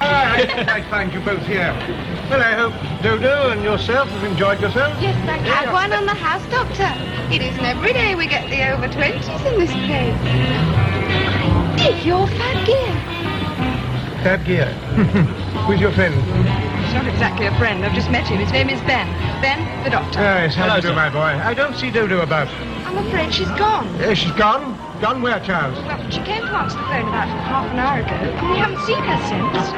Ah, find you both here. Well, I hope Dodo and yourself have enjoyed yourselves. Yes, I had one on the house, Doctor. It isn't every day we get the over 20s in this place. Dick, you're fat gear. Third gear. Who's your friend? He's not exactly a friend. I've just met him. His name is Ben. Ben, the doctor. Ah, yes, how Hello, do you sir. do, my boy? I don't see Dodo about. I'm afraid she's gone. Uh, she's gone? Gone where, Charles? Well, she came to answer the phone about half an hour ago, and we haven't seen her since.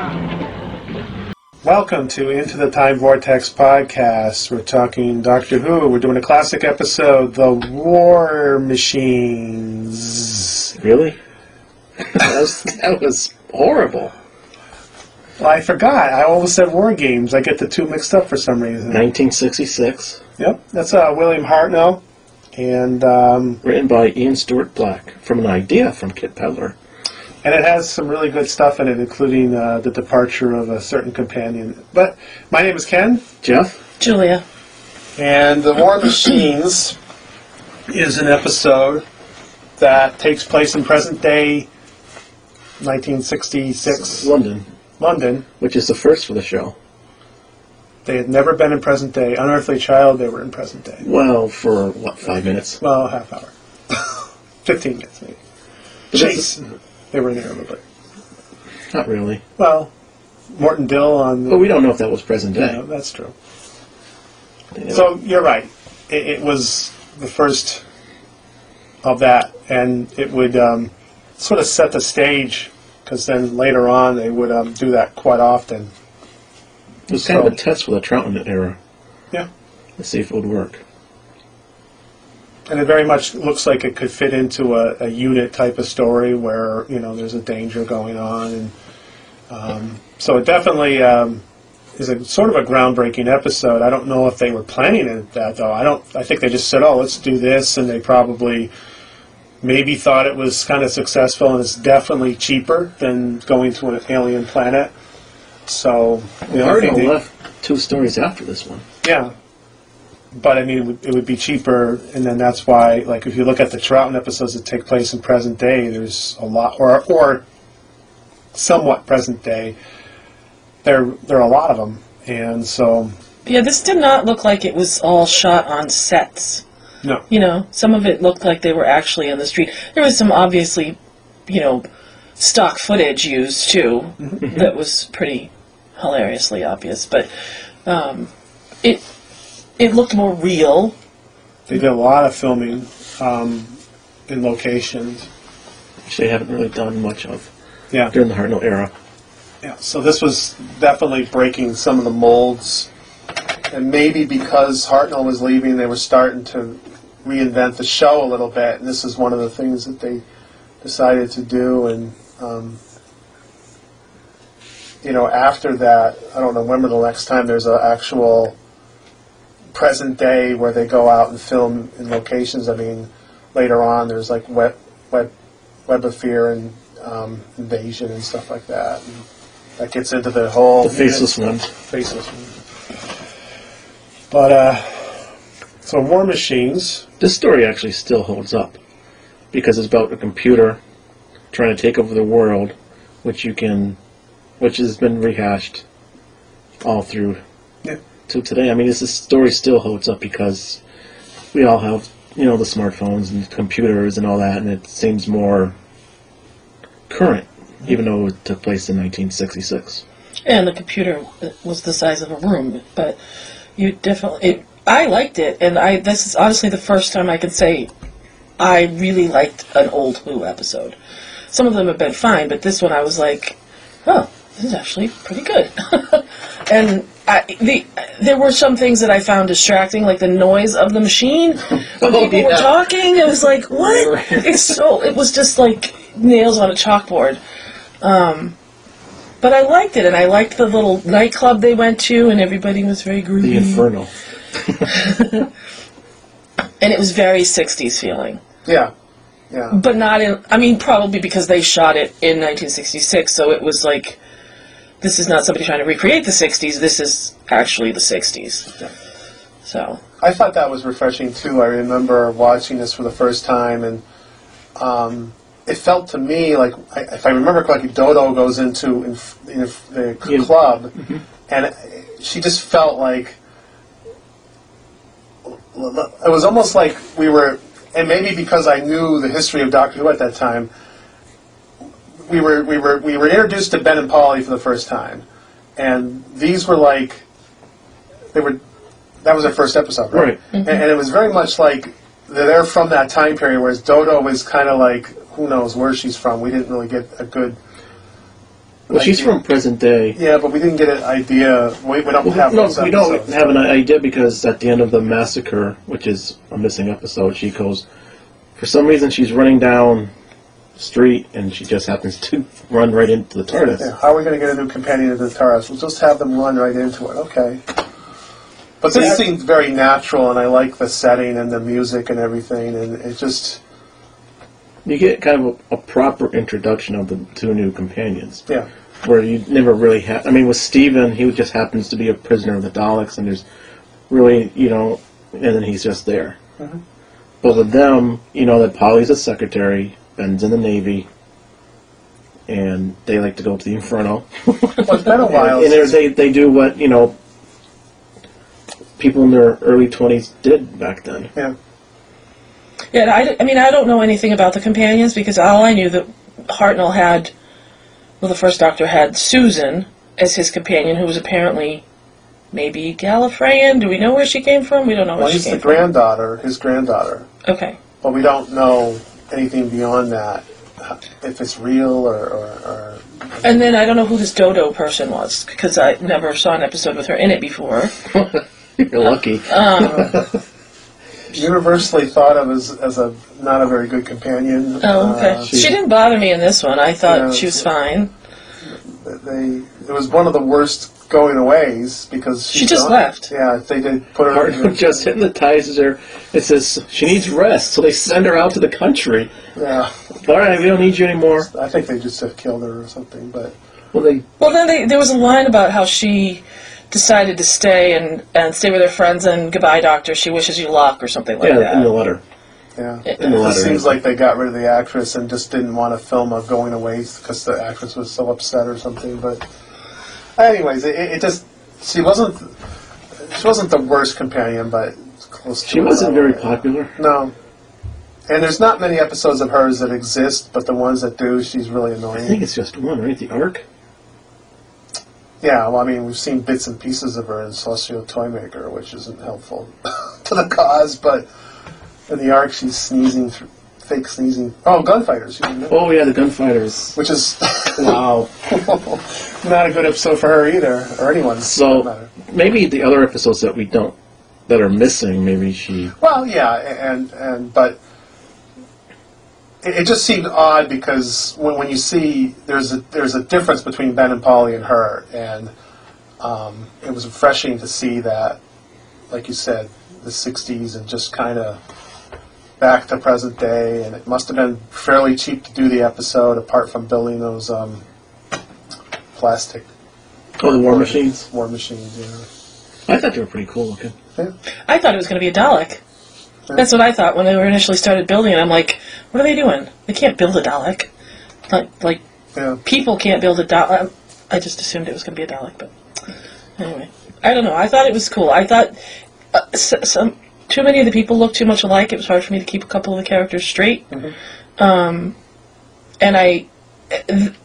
Welcome to Into the Time Vortex podcast. We're talking Doctor Who. We're doing a classic episode, The War Machines. Really? that, was, that was horrible. Well, I forgot. I always said War Games. I get the two mixed up for some reason. 1966. Yep, that's uh, William Hartnell. And um, Written by Ian Stewart Black from an idea from Kit Pedler. and it has some really good stuff in it, including uh, the departure of a certain companion. But my name is Ken. Jeff? Julia. And The War Machines is an episode that takes place in present day 1966 London, London. which is the first for the show. They had never been in present day. Unearthly Child, they were in present day. Well, for what, five minutes? Well, half hour. 15 minutes, maybe. But Chase, they were in there a little bit. that's- Not really. Well, Morton Dill on the. But we don't know if that was present Yeah, day. that's true. So you're right. It, it was the first of that, and it would um, sort of set the stage because then later on they would um, do that quite often. It was kind of a test for the Troutman era. Yeah, Let's see if it would work. and it very much looks like it could fit into a, a unit type of story where you know there's a danger going on, and um, so it definitely. Um, is a sort of a groundbreaking episode. I don't know if they were planning it that though. I don't. I think they just said, "Oh, let's do this," and they probably maybe thought it was kind of successful, and it's definitely cheaper than going to an alien planet. So you We know, I already think they- left two stories after this one. yeah. But I mean, it would, it would be cheaper, and then that's why, like, if you look at the Trouton episodes that take place in present day, there's a lot, or or somewhat present day. There, there are a lot of them, and so Yeah, this did not look like it was all shot on sets. no, You know, some of it looked like they were actually on the street. There was some obviously, you know, stock footage used too that was pretty hilariously obvious, but um, it it looked more real. they did a lot of filming um, in locations. Which they haven't really done much of Yeah, during the Hartnell era. Yeah, so this was definitely breaking some of the molds. And maybe because Hartnell was leaving, they were starting to reinvent the show a little bit. And this is one of the things that they decided to do. And, um, you know, after that, I don't know when or the next time there's an actual present day where they go out and film in locations. I mean, later on, there's like Web, Web, Web of Fear and um, Invasion and stuff like that. And, that gets into the whole The faceless one. faceless one. But uh, so War Machines. This story actually still holds up because it's about a computer trying to take over the world, which you can, which has been rehashed all through Yeah. to today. I mean, this, this story still holds up because we all have, you know, the smartphones and computers and all that, and it seems more current, even though it took place in 1966. And the computer was the size of a room, but you definitely. It, I liked it, and I. This is honestly the first time I can say I really liked an old Who episode. Some of them have been fine, but this one I was like, oh, this is actually pretty good. and I, the there were some things that I found distracting, like the noise of the machine when Oh, people were yeah. talking. It was like, what? it's so. It was just like nails on a chalkboard. Um, But I liked it, and I liked the little nightclub they went to, and everybody was very The groovy. Inferno. and it was very 60s feeling. Yeah, yeah, But not in, I mean, probably because they shot it in 1966, so it was like, this is not somebody trying to recreate the 60s, this is actually the 60s. So, I thought that was refreshing too. I remember watching this for the first time, and um, it felt to me like, I, if I remember correctly, Dodo goes into inf- inf- the c- Yeah. club, and she just felt like it was almost like we were, and maybe because I knew the history of Doctor Who at that time, we were we were we were introduced to Ben and Polly for the first time, and these were like, they were, that was their first episode, right? Right. And, and it was very much like they're they're from that time period, whereas Dodo is kind of like who knows where she's from. We didn't really get a good. Well, she's idea. from present day. Yeah, but we didn't get an idea. We, we don't Well, have. no, those we don't episodes. have an idea because at the end of the massacre, which is a missing episode, she goes. For some reason, she's running down the street, and she just happens to run right into the TARDIS. Yeah, how are we going to get a new companion to the Taurus? We'll just have them run right into it. Okay. But this Yeah. seemed very natural, and I like the setting and the music and everything, and it just, You get kind of a, a proper introduction of the two new companions. yeah. where you never really have. I mean, with Steven, he just happens to be a prisoner of the Daleks, and there's really, you know, and then he's just there. But with them, you know, that Polly's a secretary, Ben's in the Navy, and they like to go to the Inferno. Well, it's been a while. and and they're- they, they do what, you know, people in their early 20s did back then. yeah. Yeah, and I, d- I mean, I don't know anything about the companions because all I knew that Hartnell had, well, the first Doctor had Susan as his companion, who was apparently maybe Gallifreyan. Do we know where she came from? We don't know where Well, she he's the came from. granddaughter, his granddaughter. Okay. But we don't know anything beyond that, uh, if it's real or, or, or And then I don't know who this Dodo person was because I never saw an episode with her in it before. You're lucky. universally thought of as, as a not a very good companion. Oh, okay. Uh, she, didn't bother me in this one. I thought Yeah, she was fine. they it was one of the worst going aways because She just gone. left. Yeah, they did put her. in Hartnell the- just hypnotizes her and says she needs rest, so they send her out to the country. Yeah, All right, we don't need you anymore. I think they just have killed her or something. But Well, they Well, then they, there was a line about how she decided to stay and, and stay with her friends and goodbye, doctor. She wishes you luck or something like yeah, that. in the letter. yeah, In the it letter. seems like they got rid of the actress and just didn't want to film a going away because the actress was so upset or something. But anyways, it, it just she wasn't she wasn't the worst companion, but close. to She it. wasn't very popular. No. And there's not many episodes of hers that exist, but the ones that do, she's really I annoying. think it's just one, right? The Ark. Yeah, well, I mean, we've seen bits and pieces of her in Celestial Toymaker, which isn't helpful to the cause, but in the arc, she's sneezing, through, fake sneezing. Oh, gunfighters, you know, Oh yeah, the gunfighters. which is Wow. not a good episode for her either, or anyone. for that So matter. maybe the other episodes that we don't that are missing, maybe she. well, yeah, and and but it, it just seemed odd because when, when you see there's a there's a difference between Ben and Polly and her, and um, it was refreshing to see that, like you said, the '60s and just kind of back to present day, and it must have been fairly cheap to do the episode, apart from building those um, plastic Oh, the war machines. war machines. You I thought they were pretty cool looking. know? Yeah. I thought it was going to be a Dalek. That's what I thought when they were initially started building it. I'm like, what are they doing? They can't build a Dalek. Like, like Yeah. people can't build a Dalek. I just assumed it was going to be a Dalek, but anyway, I don't know. I thought it was cool. I thought uh, s- some too many of the people looked too much alike. It was hard for me to keep a couple of the characters straight. Um, and I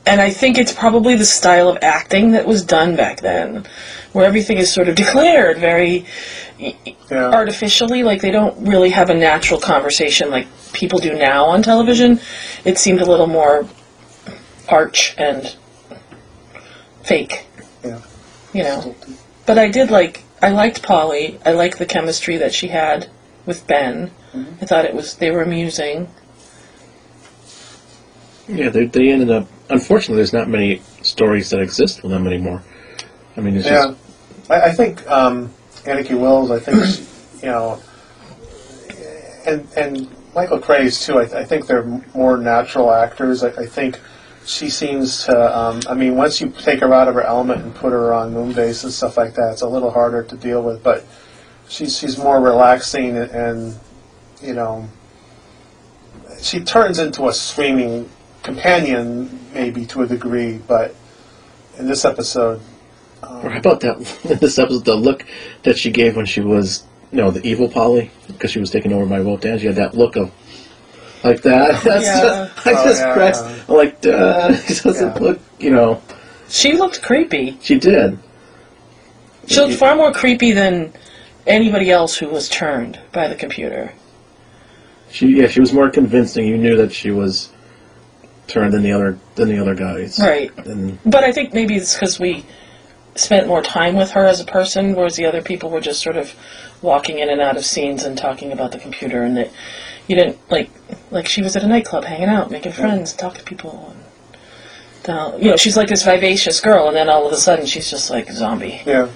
and I think it's probably the style of acting that was done back then, where everything is sort of declared very Yeah. artificially. Like they don't really have a natural conversation like people do now on television. It seemed a little more arch and fake, yeah. you know. But I did like I liked Polly. I liked the chemistry that she had with Ben. I thought it was they were amusing. Yeah, they they ended up. Unfortunately, there's not many stories that exist with them anymore. I mean, it's Yeah, just I, I think um, Anarchy Wills. I think she- you know, and and Michael Craze too. I, I think they're more natural actors. I, I think she seems to. Um, I mean, once you take her out of her element and put her on Moonbase and stuff like that, it's a little harder to deal with. But she's she's more relaxing and, and you know. she turns into a screaming companion, maybe to a degree, but in this episode, Or how about that? this episode, the look that she gave when she was, you know, the evil Polly, because she was taken over by Wotan. She had that look of, like that. That's Yeah. just, I Oh, just yeah, pressed. yeah. I'm like, duh. She doesn't Yeah. look, you know. She looked creepy. She did. She looked far more creepy than anybody else who was turned by the computer. She yeah, she was more convincing. You knew that she was turned than the other than the other guys. Right. And But I think maybe it's because we spent more time with her as a person, whereas the other people were just sort of walking in and out of scenes and talking about the computer, and that you didn't like like she was at a nightclub hanging out, making friends, talking to people. And then all- you know, she's like this vivacious girl, and then all of a sudden she's just like a zombie. Yeah.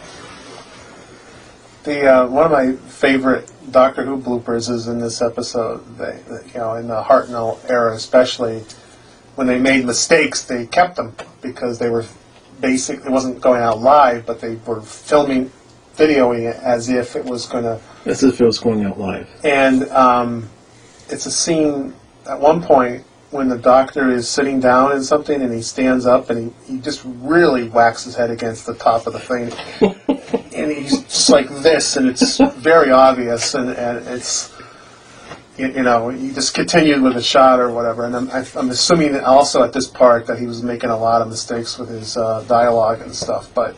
The uh, one of my favorite Doctor Who bloopers is in this episode. They, they- you know, in the Hartnell era, especially when they made mistakes, they kept them because they were basic. It wasn't going out live, but they were filming, videoing it as if it was going to that's if it was going out live. and um, it's a scene at one point when the doctor is sitting down in something and he stands up and he, he just really whacks his head against the top of the thing and he's just like this and it's very obvious and, and it's you, you know you just continued with a shot or whatever and I'm, I, I'm assuming that also at this part that he was making a lot of mistakes with his uh, dialogue and stuff but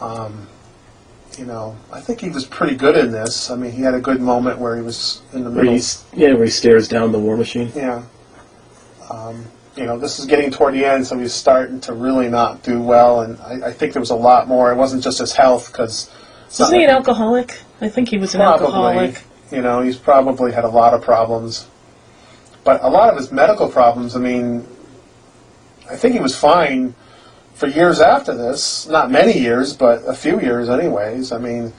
um, you know I think he was pretty good in this I mean he had a good moment where he was in the Where middle he, yeah, where he stares down the war machine. Yeah. Um, you know, this is getting toward the end, so he's starting to really not do well, and I, I think there was a lot more. It wasn't just his health, because Wasn't he an alcoholic? I think he was an alcoholic. you know, he's probably had a lot of problems, but a lot of his medical problems. I mean, I think he was fine for years after this. Not many years, but a few years, anyways. I mean,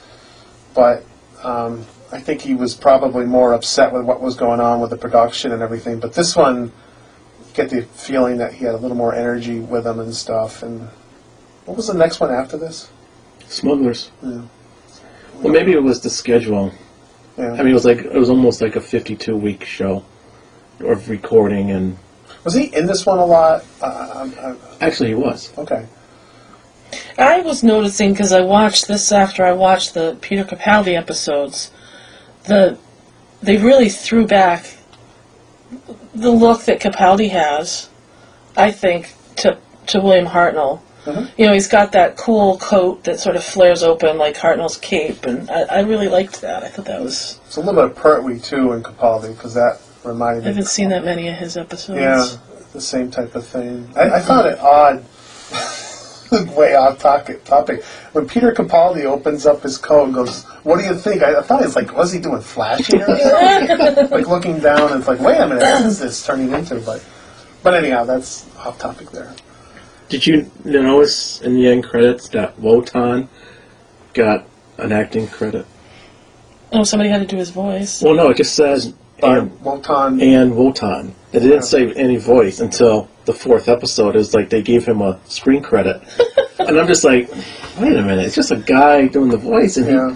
but um, I think he was probably more upset with what was going on with the production and everything. But this one, you get the feeling that he had a little more energy with him and stuff. And what was the next one after this? Smugglers. Yeah. Well, maybe it was the schedule. Yeah. I mean, it was like it was almost like a 52 week show of recording, and was he in this one a lot? Uh, I, I, actually, he was. Okay. I was noticing because I watched this after I watched the Peter Capaldi episodes. The they really threw back the look that Capaldi has. I think to to William Hartnell. Mm-hmm. You know, he's got that cool coat that sort of flares open like Hartnell's cape, and I, I really liked that. I thought that was. It's a little bit of Pertwee too in Capaldi because that reminded I me. haven't seen that many of his episodes. yeah, the same type of thing. I, I found it odd, way off topic. Topic when Peter Capaldi opens up his coat and goes, "What do you think?" I, I thought he's like, was he doing flashing or something? like looking down and it's like, wait a minute, what is this turning into? But but anyhow, that's off topic there. Did you notice in the end credits that Wotan got an acting credit? Oh, somebody had to do his voice. Well, no, it just says But and, Wotan, and Wotan. It didn't say any voice until the fourth episode. It was like they gave him a screen credit, and I'm just like, wait a minute, it's just a guy doing the voice, and he yeah,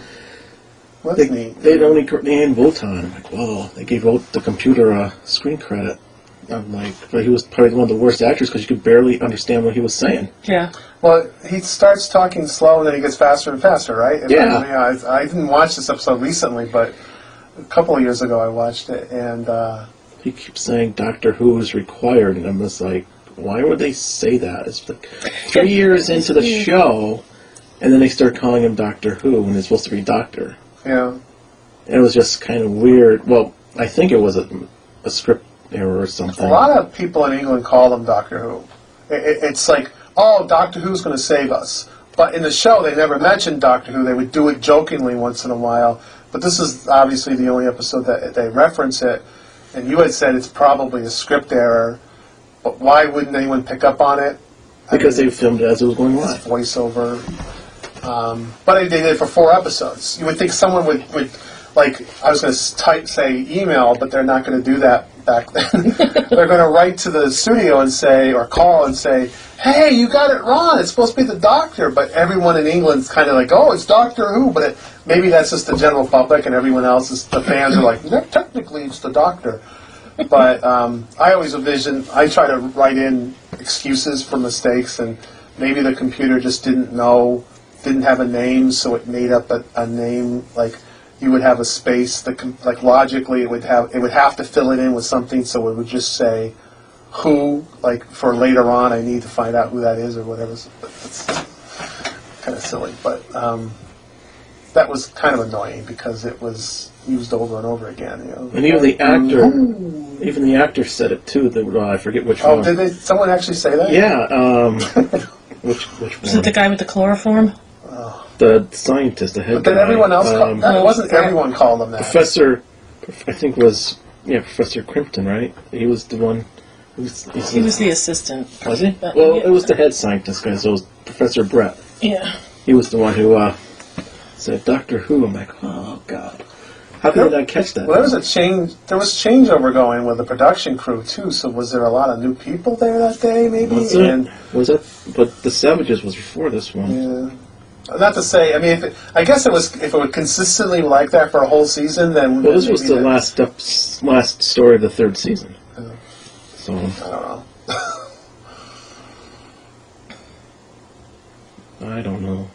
well, They, that's neat. they'd only cr- and Voltan. I'm like, whoa, they gave Vol- the computer a screen credit. I'm like, but he was probably one of the worst actors because you could barely understand what he was saying. Yeah. Well, he starts talking slow and then he gets faster and faster, right? If I- Yeah. I, I didn't watch this episode recently, but a couple of years ago I watched it, and uh, He keeps saying Doctor Who is required, and I'm just like, why would they say that? It's like three years into the show, and then they start calling him Doctor Who, and it's supposed to be Doctor. yeah, And it was just kind of weird. Well, I think it was a, a script error or something. a lot of people in England call him Doctor Who. I i it's like, oh, Doctor Who's going to save us. But in the show, they never mentioned Doctor Who. They would do it jokingly once in a while. But this is obviously the only episode that they reference it. And you had said it's probably a script error. But why wouldn't anyone pick up on it? because they filmed it as it was going his live. voiceover. Um, but they they did it for four episodes. You would think someone would, would like, I was going to type, say, email, but they're not going to do that back then. they're going to write to the studio and say, or call and say, hey, you got it wrong. It's supposed to be the doctor. But everyone in England's kind of like, oh, it's Doctor Who. But it, maybe that's just the general public, and everyone else, is, the fans are like, no, technically, it's the doctor. but um, I always envision, I try to write in excuses for mistakes, and maybe the computer just didn't know, didn't have a name, so it made up a, a name. Like you would have a space, the com- like logically it would have, it would have to fill it in with something, so it would just say who, like for later on, I need to find out who that is or whatever. So It's kind of silly, but um, that was kind of annoying because it was used over and over again. You know. And even the actor, even the actor said it too. That well, I forget which one. Oh, did they, someone actually say that? Yeah. Um, which which Is one? it the guy with the chloroform? The scientist, the head. But then guy, everyone else called. um, No, it wasn't yeah. everyone called them that. Professor, I think was yeah Professor Crimpton, right? He was the one. He was, he's- He was the assistant. was he? uh, Well, yeah. it was the head scientist guy. So it was Professor Brett. Yeah. He was the one who uh, said Doctor Who. I'm like, oh god, how did I catch that? Well, there was a change. There was changeover going with the production crew too. So was there a lot of new people there that day? Maybe. was and, it? Was it? But the Savages was before this one. yeah. Not to say. I mean, if it, I guess it was. If it would consistently like that for a whole season, then Well, this then was maybe the that- last up, last story of the third season. Oh. So I don't know. I don't know.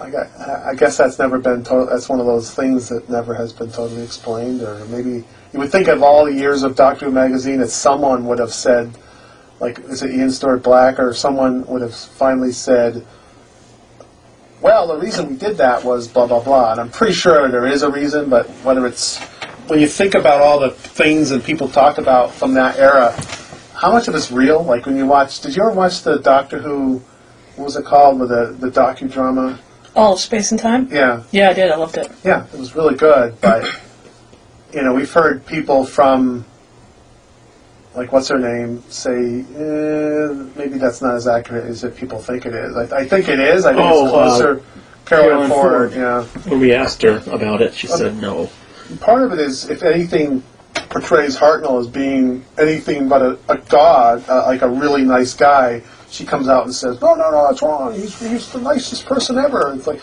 I, got, I I guess that's never been. To- that's one of those things that never has been totally explained, or maybe you would think of all the years of Doctor Who magazine that someone would have said, like, is it Ian Stewart Black, or someone would have finally said, "Well, the reason we did that was blah blah blah," and I'm pretty sure there is a reason, but whether it's when you think about all the things that people talked about from that era, how much of it's real? Like when you watch, did you ever watch the Doctor Who? What was it called with the the docudrama? All of Space and Time? Yeah, Yeah, I did. I loved it. yeah, it was really good. But you know, we've heard people from like what's her name say eh, maybe that's not as accurate as if people think it is. I, I think it is. I think Oh, uh, it's closer. Carolyn Carolyn Ford. Ford. Yeah, When we asked her about it, she said no. part of it is if anything portrays Hartnell as being anything but a, a god, uh, like a really nice guy. She comes out and says, "No, no, no, it's wrong. He's, he's the nicest person ever." It's like,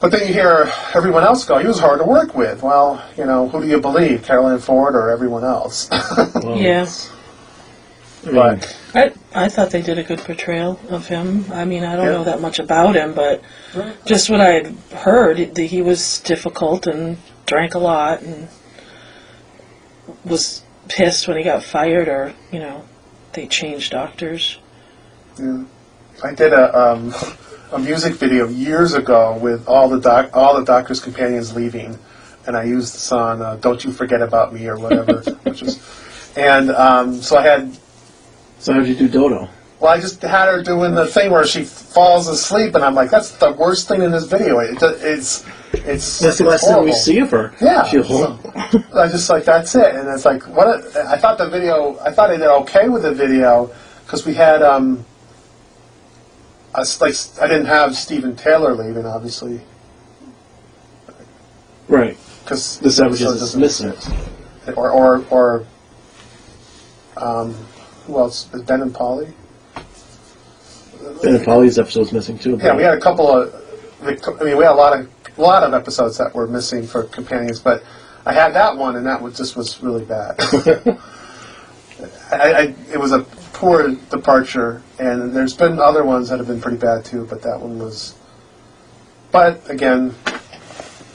But then you hear everyone else go, he was hard to work with. Well, you know, who do you believe, Carolyn Ford or everyone else? Well, Yeah. I mean, but I, I thought they did a good portrayal of him. I mean, I don't Yeah. know that much about him, but just what I had heard, that he was difficult and drank a lot and was pissed when he got fired or, you know, they changed doctors. I did a, um, a music video years ago with all the doc, all the Doctor's companions leaving, and I used the song uh, "Don't You Forget About Me" or whatever, which was, and um, so I had so how'd you do Dodo? Well, I just had her doing the thing where she falls asleep, and I'm like, that's the worst thing in this video. It, do- it's it's That's the it's last time we horrible. see of her. Yeah. She, So, I just like that's it, and it's like what a, I thought the video. I thought I did okay with the video because we had um, I s like I didn't have Steven Taylor leaving, obviously, right. because The Savages is missing. or or or um, who else? Ben and Polly. And Polly's episode's missing too. Yeah, we had a couple of. I mean, we had a lot of a lot of episodes that were missing for companions, but I had that one, and that was just was really bad. I, I, it was a poor departure, and there's been other ones that have been pretty bad too, but that one was. But again,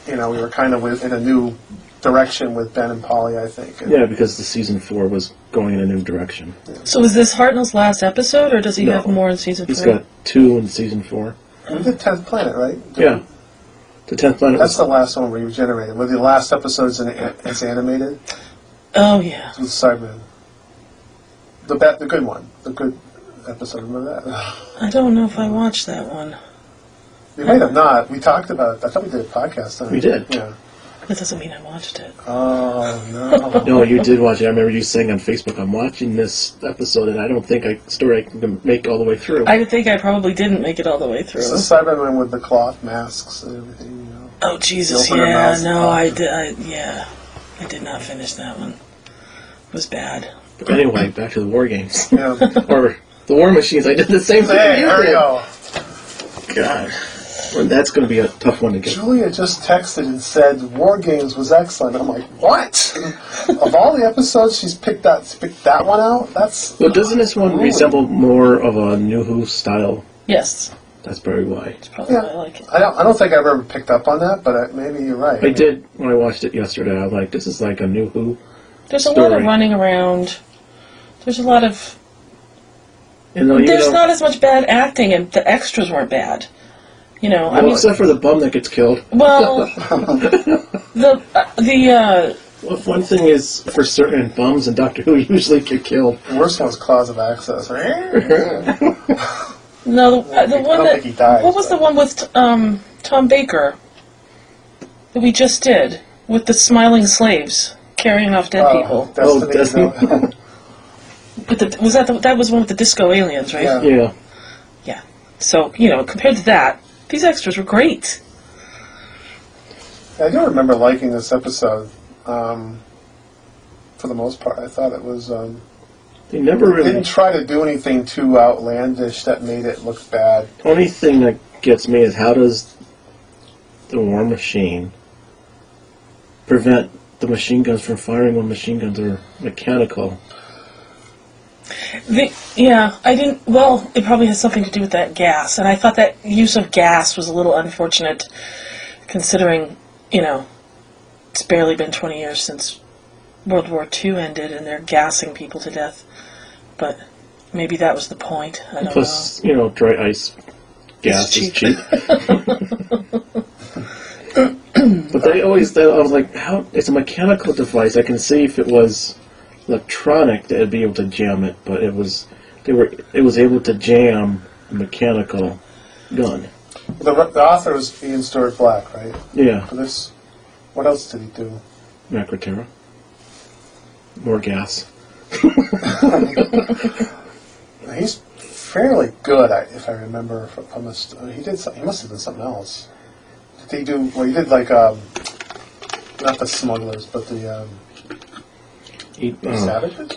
you know, we were kind of with- in a new direction with Ben and Polly, I think. and- Yeah, because the season four was going in a new direction. So is this Hartnell's last episode, or does he No. have more in season He's four? got two in season four. We did Tenth Planet, right? Yeah. The tenth planet. That's Was, the last one we generated. Were the last episodes in, it's animated? oh, yeah. with Cyberman. The ba- the good one, the good episode. Remember that? I don't know if I watched that one. We might have not. We talked about it. I thought we did a podcast on it. We did. Yeah. That doesn't mean I watched it. Oh no. no, you did watch it. I remember you saying on Facebook, "I'm watching this episode, and I don't think I story I can make all the way through." I would think I probably didn't make it all the way through. It's the Cyberman with the cloth masks and everything. You know. Oh Jesus! You open her Yeah, mouth. no, I did. I, yeah, I did not finish that one. It was bad. But anyway, back to the war games Yeah. or the war machines. I did the same thing. hey, you there we did. go. God, well, that's going to be a tough one to get. Julia just texted and said War Games was excellent. I'm like, what? of all the episodes, she's picked that picked that one out. That's Well, doesn't this one Really? resemble more of a New Who style? Yes, That's probably why. it's probably yeah. why I like it. I don't I don't think I've ever picked up on that, but uh maybe you're right. I did when I watched it yesterday. I was like, this is like a New Who. There's a lot of Story. running around. There's a lot of. uh, You know, even There's though- not as much bad acting, and the extras weren't bad. You know, I well, mean, except for the bum that gets killed. well, the uh, the uh, Well, one thing is for certain bums and Doctor Who usually get killed. The worst one's Claws of Access. no the, uh, the I one don't that think he dies, what was the but- one with um Tom Baker that we just did with the smiling slaves carrying off dead Oh, people. Oh, Destiny's Destiny. Own- But the, was that the, that was one with the disco aliens, right? Yeah. Yeah. Yeah. So you know, compared to that, these extras were great. I do remember liking this episode. Um, for the most part, I thought it was. Um, They never really. didn't try to do anything too outlandish that made it look bad. Only thing that gets me is how does the war machine prevent the machine guns from firing when machine guns are mechanical? The, yeah, I didn't. Well, it probably has something to do with that gas, and I thought that use of gas was a little unfortunate, considering you know it's barely been 20 years since World War II ended, and they're gassing people to death. But maybe that was the point. I don't Plus, you know, dry ice gas is cheap. cheap. but they always, they, I was like, how? It's a mechanical device. I can see if it was electronic, they'd be able to jam it. But it was, they were, it was able to jam a mechanical gun. The, the author was Ian Stewart Black, right? Yeah, For this, what else did he do? Macrotera. More gas. He's fairly good, I, if I remember. From, from his, he did. Some, he must have done something else. Did he do? Well, he did like um, not the smugglers, but the um, He, the uh, savages.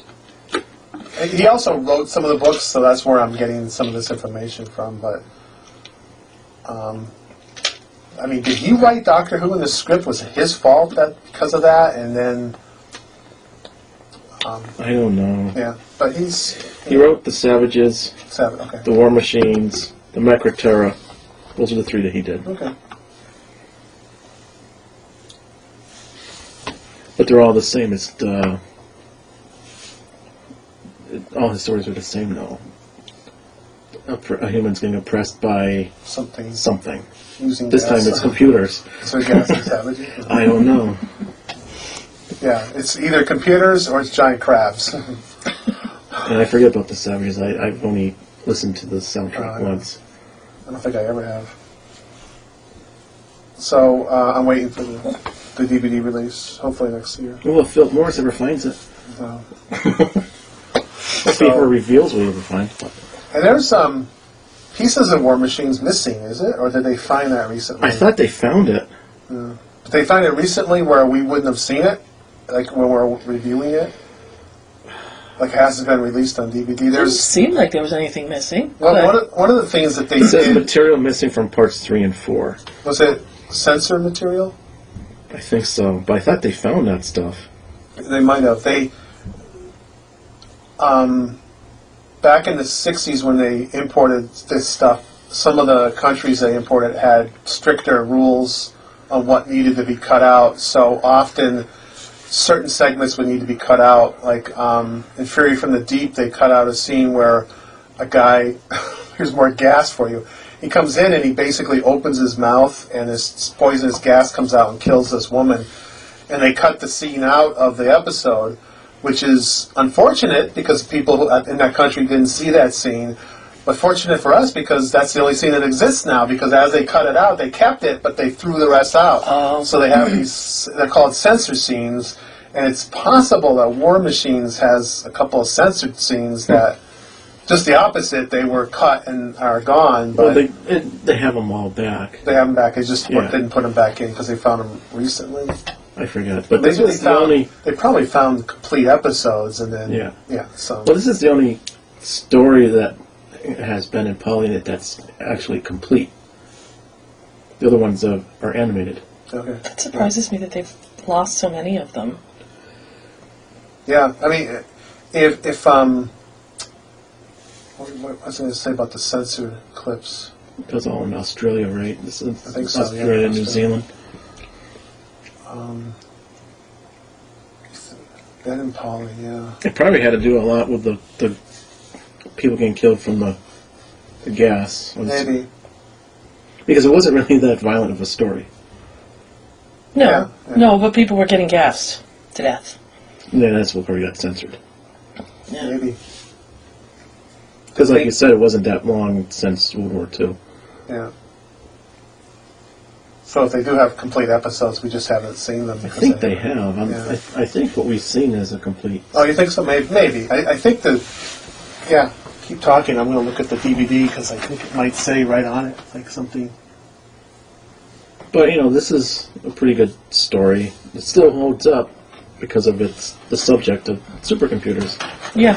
And He also wrote some of the books, so that's where I'm getting some of this information from. But, um, I mean, did he write Doctor Who in the script? Was it his fault that because of that? And then, um, I don't know. yeah, but he's He wrote the Savages, savage. Okay. the War Machines, the Macrotera. Those are the three that he did. Okay. But they're all the same. It's the it- all his stories are the same though. A, pr- a human's getting oppressed by Something. something. using This time gas. it's computers. so gas and savages. I don't know. Yeah, it's either computers or it's giant crabs. And I forget about the savages. I, I've only listened to the soundtrack Oh, yeah. once. I don't think I ever have. So uh, I'm waiting for the, the DVD release, hopefully next year. Well, if Phil Morris ever finds it, So. let's see if her reveals what he ever finds. But And there's um, pieces of War Machines missing, is it? Or did they find that recently? I thought they found it. Did they find it recently where we wouldn't have seen it, like when we're reviewing it. Like it hasn't been released on DVD. know. It doesn't There's seem like there was anything missing. well, but- one of, one of the things that they It says did material missing from parts three and four. was it censor material. I think so, but I thought they found that stuff. They might have. They, um, back in the '60s when they imported this stuff, some of the countries they imported had stricter rules on what needed to be cut out. So often, certain segments would need to be cut out. Like um, in *Fury from the Deep*, they cut out a scene where a guy. here's more gas for you. He comes in and he basically opens his mouth, and this poisonous gas comes out and kills this woman and they cut the scene out of the episode, which is unfortunate because people who- in that country didn't see that scene. But fortunate for us because that's the only scene that exists now. Because as they cut it out, they kept it, but they threw the rest out. Oh. So they have these. They're called censor scenes, and it's possible that War Machines has a couple of censored scenes Hmm. that. Just the opposite. They were cut and are gone, but Well, they it, they have them all back. they have them back. They just Yeah. didn't put them back in because they found them recently. I forgot, but They, this was just the found, only. they probably found complete episodes and then Yeah. so Well, this is the only story that has been in Polly that that's actually complete. The other ones uh, are animated. Okay. It surprises me that they've lost so many of them. Yeah, I mean, if if um, what, what was I going to say about the censored clips? It was all in Australia, right? This is I think so, yeah, Australia, New Australia. Zealand. Um, ben and Polly, yeah, It probably had to do a lot with the, the people getting killed from the, the gas. Was- maybe. Because it wasn't really that violent of a story. No, Yeah, yeah. no, but people were getting gassed to death. Yeah, that's what probably got censored. Maybe. Because, like you said, it wasn't that long since World War II. Yeah. So if they do have complete episodes, we just haven't seen them. I think they have. I'm, Yeah. I, I think what we've seen is a complete. Oh, you think so? Maybe. Maybe. I, I think the. Yeah. Keep talking. I'm going to look at the DVD because I think it might say right on it like something. But you know, this is a pretty good story. It still holds up because of its the subject of supercomputers. Yeah,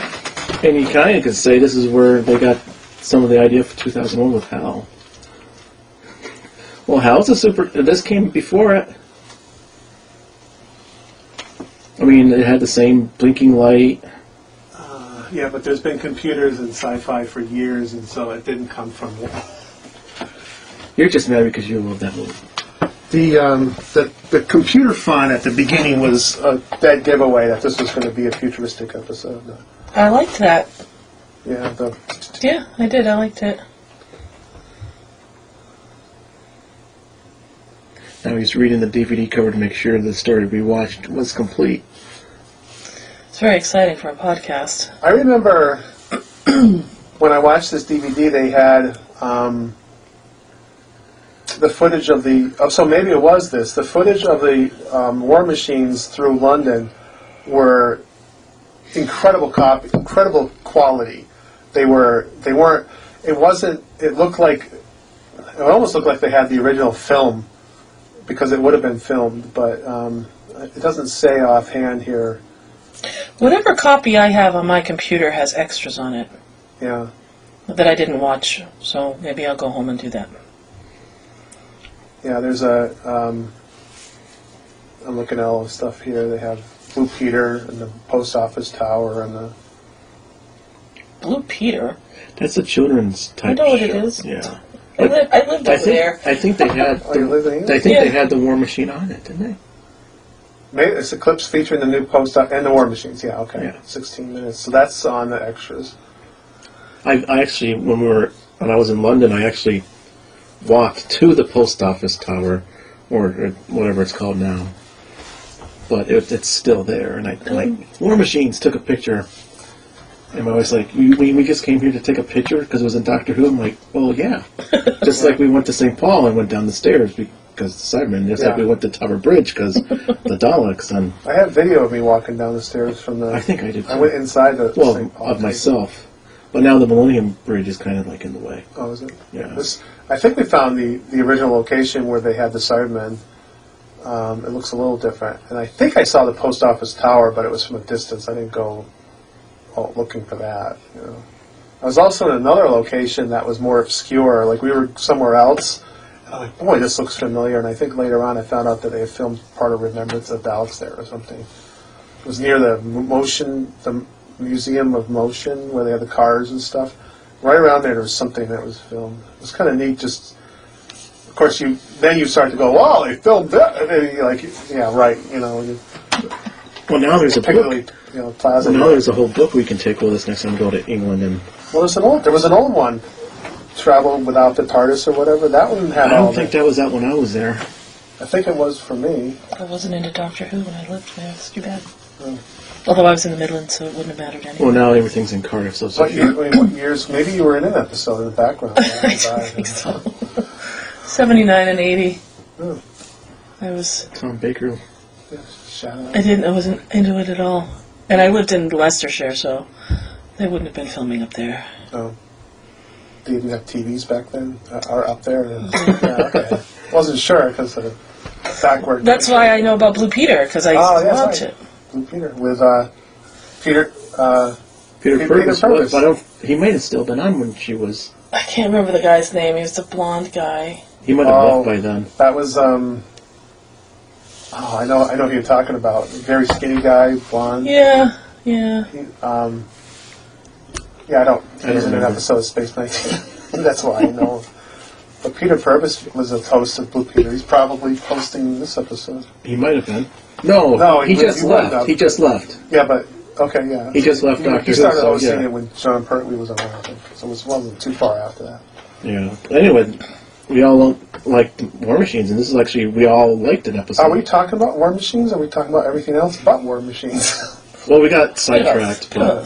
And you kind of could say this is where they got some of the idea for 2001 with HAL. Well, HAL's a super. This came before it. I mean, it had the same blinking light. Yeah, but there's been computers in sci-fi for years, and so it didn't come from. You're just mad because you love that movie. The um, the the computer font at the beginning was a dead giveaway that this was going to be a futuristic episode. I liked that. Yeah. The, Yeah, I did. I liked it. Now he's reading the DVD cover to make sure the story we watched was complete. It's very exciting for a podcast. I remember when I watched this DVD, they had um, the footage of the. Oh, so maybe it was this. The footage of the um, war machines through London were incredible cop, incredible quality. They were. They weren't. It wasn't. It looked like. It almost looked like they had the original film, because it would have been filmed. But um, it doesn't say offhand here. Whatever copy I have on my computer has extras on it Yeah. that I didn't watch, so maybe I'll go home and do that. Yeah, there's a. Um, I'm looking at all the stuff here. They have Blue Peter and the post office tower and the. Blue Peter. That's a children's type. I know what it show. is. Yeah. I, li- I lived I over think there. I think they had Oh, you the, live in I think they Yeah. had the war machine on it, didn't they? Maybe it's the clips featuring the new post op- and the war machines. Yeah, okay, Yeah. 16 minutes. So that's on the extras. I, I actually when we were when I was in London, I actually walked to the post office tower, or, or whatever it's called now. But it, it's still there, and I like war machines took a picture. And my wife's like, we, we, we just came here to take a picture because it was in Doctor Who. I'm like, well, yeah. just like we went to St. Paul and went down the stairs because the Cybermen. Just like Yeah. we went to Tower Bridge because the Daleks. And I have video of me walking down the stairs from the. I think I did. I went inside the. well, St. Paul of Cathedral. myself. But now the Millennium Bridge is kind of like in the way. Oh, is it? Yeah. This, I think we found the, the original location where they had the Cybermen. Um, it looks a little different. And I think I saw the post office tower, but it was from a distance. I didn't go out looking for that. You know. I was also in another location that was more obscure. Like we were somewhere else. And I'm like, boy, this looks familiar. And I think later on I found out that they had filmed part of Remembrance of Daleks there or something. It was near the m- motion, the Museum of Motion, where they had the cars and stuff. Right around there, there was something that was filmed. It was kind of neat. Just, of course, you then you start to go, "Wow, they filmed that!" And then you're like, "Yeah, right." You know, you Well, now there's a book. particularly, you know, Plaza. So now there's a whole book we can take with us next time we go to England, and Well, there's an old. There was an old one, Travel Without the TARDIS or whatever. That one had I all. don't of think it. that was that when I was there. I think it was for me. I wasn't into Doctor Who when I lived there. It's too bad. Although I was in the Midlands, so it wouldn't have mattered anyway. Well, now everything's in Cardiff, so it's What, year, wait, what years? Maybe you were in an episode in the background. I don't think so. 79 and 80. Oh. I was. Tom Baker. Shadow. I didn't. I wasn't into it at all. And I lived in Leicestershire, so they wouldn't have been filming up there. No. They didn't have TVs back then, uh, or up there. yeah, okay. Wasn't sure because of backward. That's why I know about Blue Peter because I used Oh, to that's watch right. it. Blue Peter with uh, Peter. Uh, Peter, Peter Purvis, Purvis. was, but I don't, he might have still been on when she was. I can't remember the guy's name. He was a blonde guy. He might have Oh. left by then. That was um. Oh, I know, I know who you're talking about. Very skinny guy, blonde. Yeah, yeah. He, um, yeah, I don't. He I was in an remember. episode of Space 19. That's why I know. him. But Peter Purvis was a host of Blue Peter. He's probably hosting this episode. He might have been. No, No, he, he would- just he would left. have. He just left. Yeah, but okay, yeah. He just left He, Doctor he Who. started So, hosting yeah. it when John Pertwee was around, I think. so it was- wasn't too far after that. yeah. Anyway, we all liked War Machines, and this is actually we all liked an episode. Are Oh, we talking about War Machines? Are we talking about everything else but War Machines? Well, we got sidetracked, but Ugh.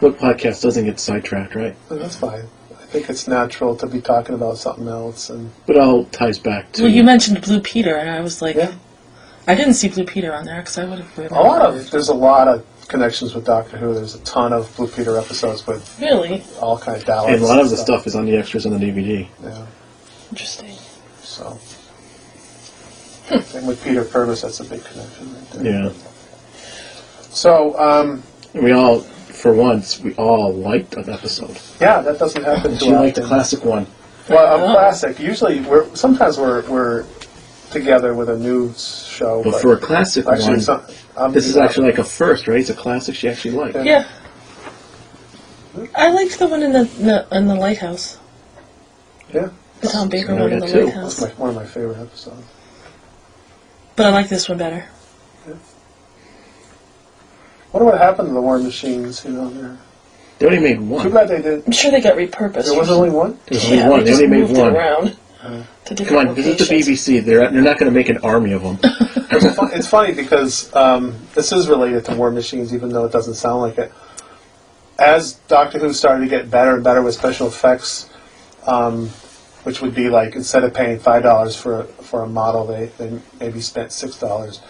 what podcast doesn't get sidetracked, right? That's fine. I think it's natural to be talking about something else, and But it all ties back to Well, you mentioned Blue Peter, and I was like, yeah, I didn't see Blue Peter on there because I would have. a lot of there's a lot of connections with Doctor Who. There's a ton of Blue Peter episodes with Really all kind of Daleks. and a lot of the stuff is on the extras on the DVD. Yeah, interesting. so. And with Peter Purvis, that's a big connection right there. Yeah. So, um, And we all, for once, we all liked an episode. yeah, that doesn't happen too She liked the often. classic one. Well, a classic. Usually, we're sometimes we're we're together with a new show. But for a classic actually, one, it's not, I'm- this is actually like a first, right? It's a classic she actually liked. Yeah. Yeah. I liked the one in the, in the in the lighthouse. yeah, The Tom I Baker one in the got two. it's lighthouse. my, one of my favorite episodes. But I like this one better. Wonder what happened to the War Machines? You know, they're They only made too one. bad they did. I'm sure they got repurposed. There was only one. There was only yeah, one. They They just only made moved it one. around to Come different on, this is the locations. BBC. They're they're not going to make an army of them. It's fu- it's funny because um, this is related to War Machines, even though it doesn't sound like it. As Doctor Who started to get better and better with special effects, um, which would be like instead of paying five dollars for a, for a model, they, they maybe spent six dollars.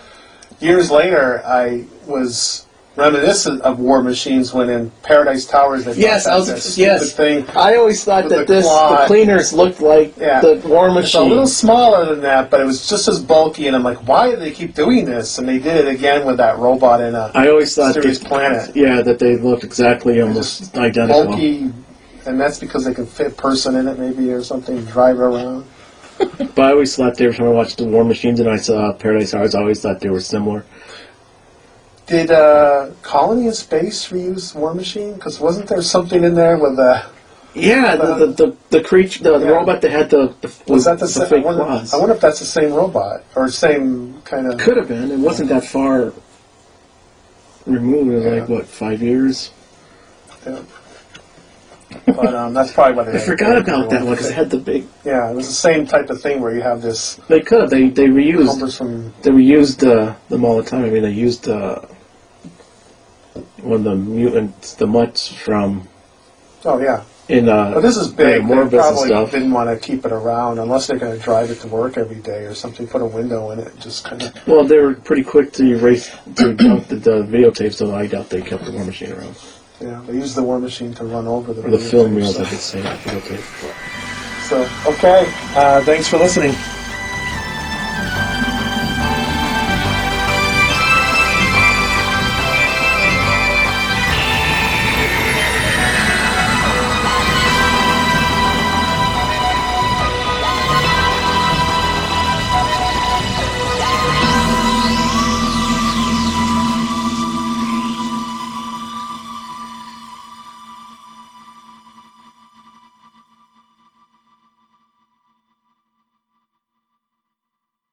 Years later, I was reminiscent of War Machines when in Paradise Towers they Yes, brought back I was- that stupid yes. thing. I always thought With that the this- the quad. cleaners looked like Yeah. the war It's a little smaller than that, but it was just as bulky, and I'm like, why do they keep doing this? And they did it again with that robot in a I always thought mysterious they- planet. yeah, that they looked exactly almost identical. Bulky, and that's because they can fit a person in it, maybe, or something, drive around. But I always thought every time I watched the War Machines and I saw Paradise Hours, I always thought they were similar. Did uh, Colony in Space reuse War Machine? Because wasn't there something in there with uh Yeah, the the, the, the creature, the, the Yeah. robot that had the, the Was that the, the same? fake I wonder, claws. I wonder if that's the same robot or same kind of. Could have been. It wasn't that far removed. It was like what five years? yeah. But um, that's probably what I forgot about that one because it had the big. Yeah, it was the same type of thing where you have this They could have. They they reused. cumbersome They reused uh, them all the time. I mean, they used uh, one of the mutants, the mutts from Oh yeah, in uh, but this is Grey big. They Morbus and probably stuff. didn't want to keep it around unless they're going to drive it to work every day or something. Put a window in it, and just kind of. Well, they were pretty quick to erase to dump the, the videotape, so I doubt they kept the War Machine around Yeah, they use the war machine to run over the, or the film reels, I So, could say. Videotape. so okay, uh, thanks for listening.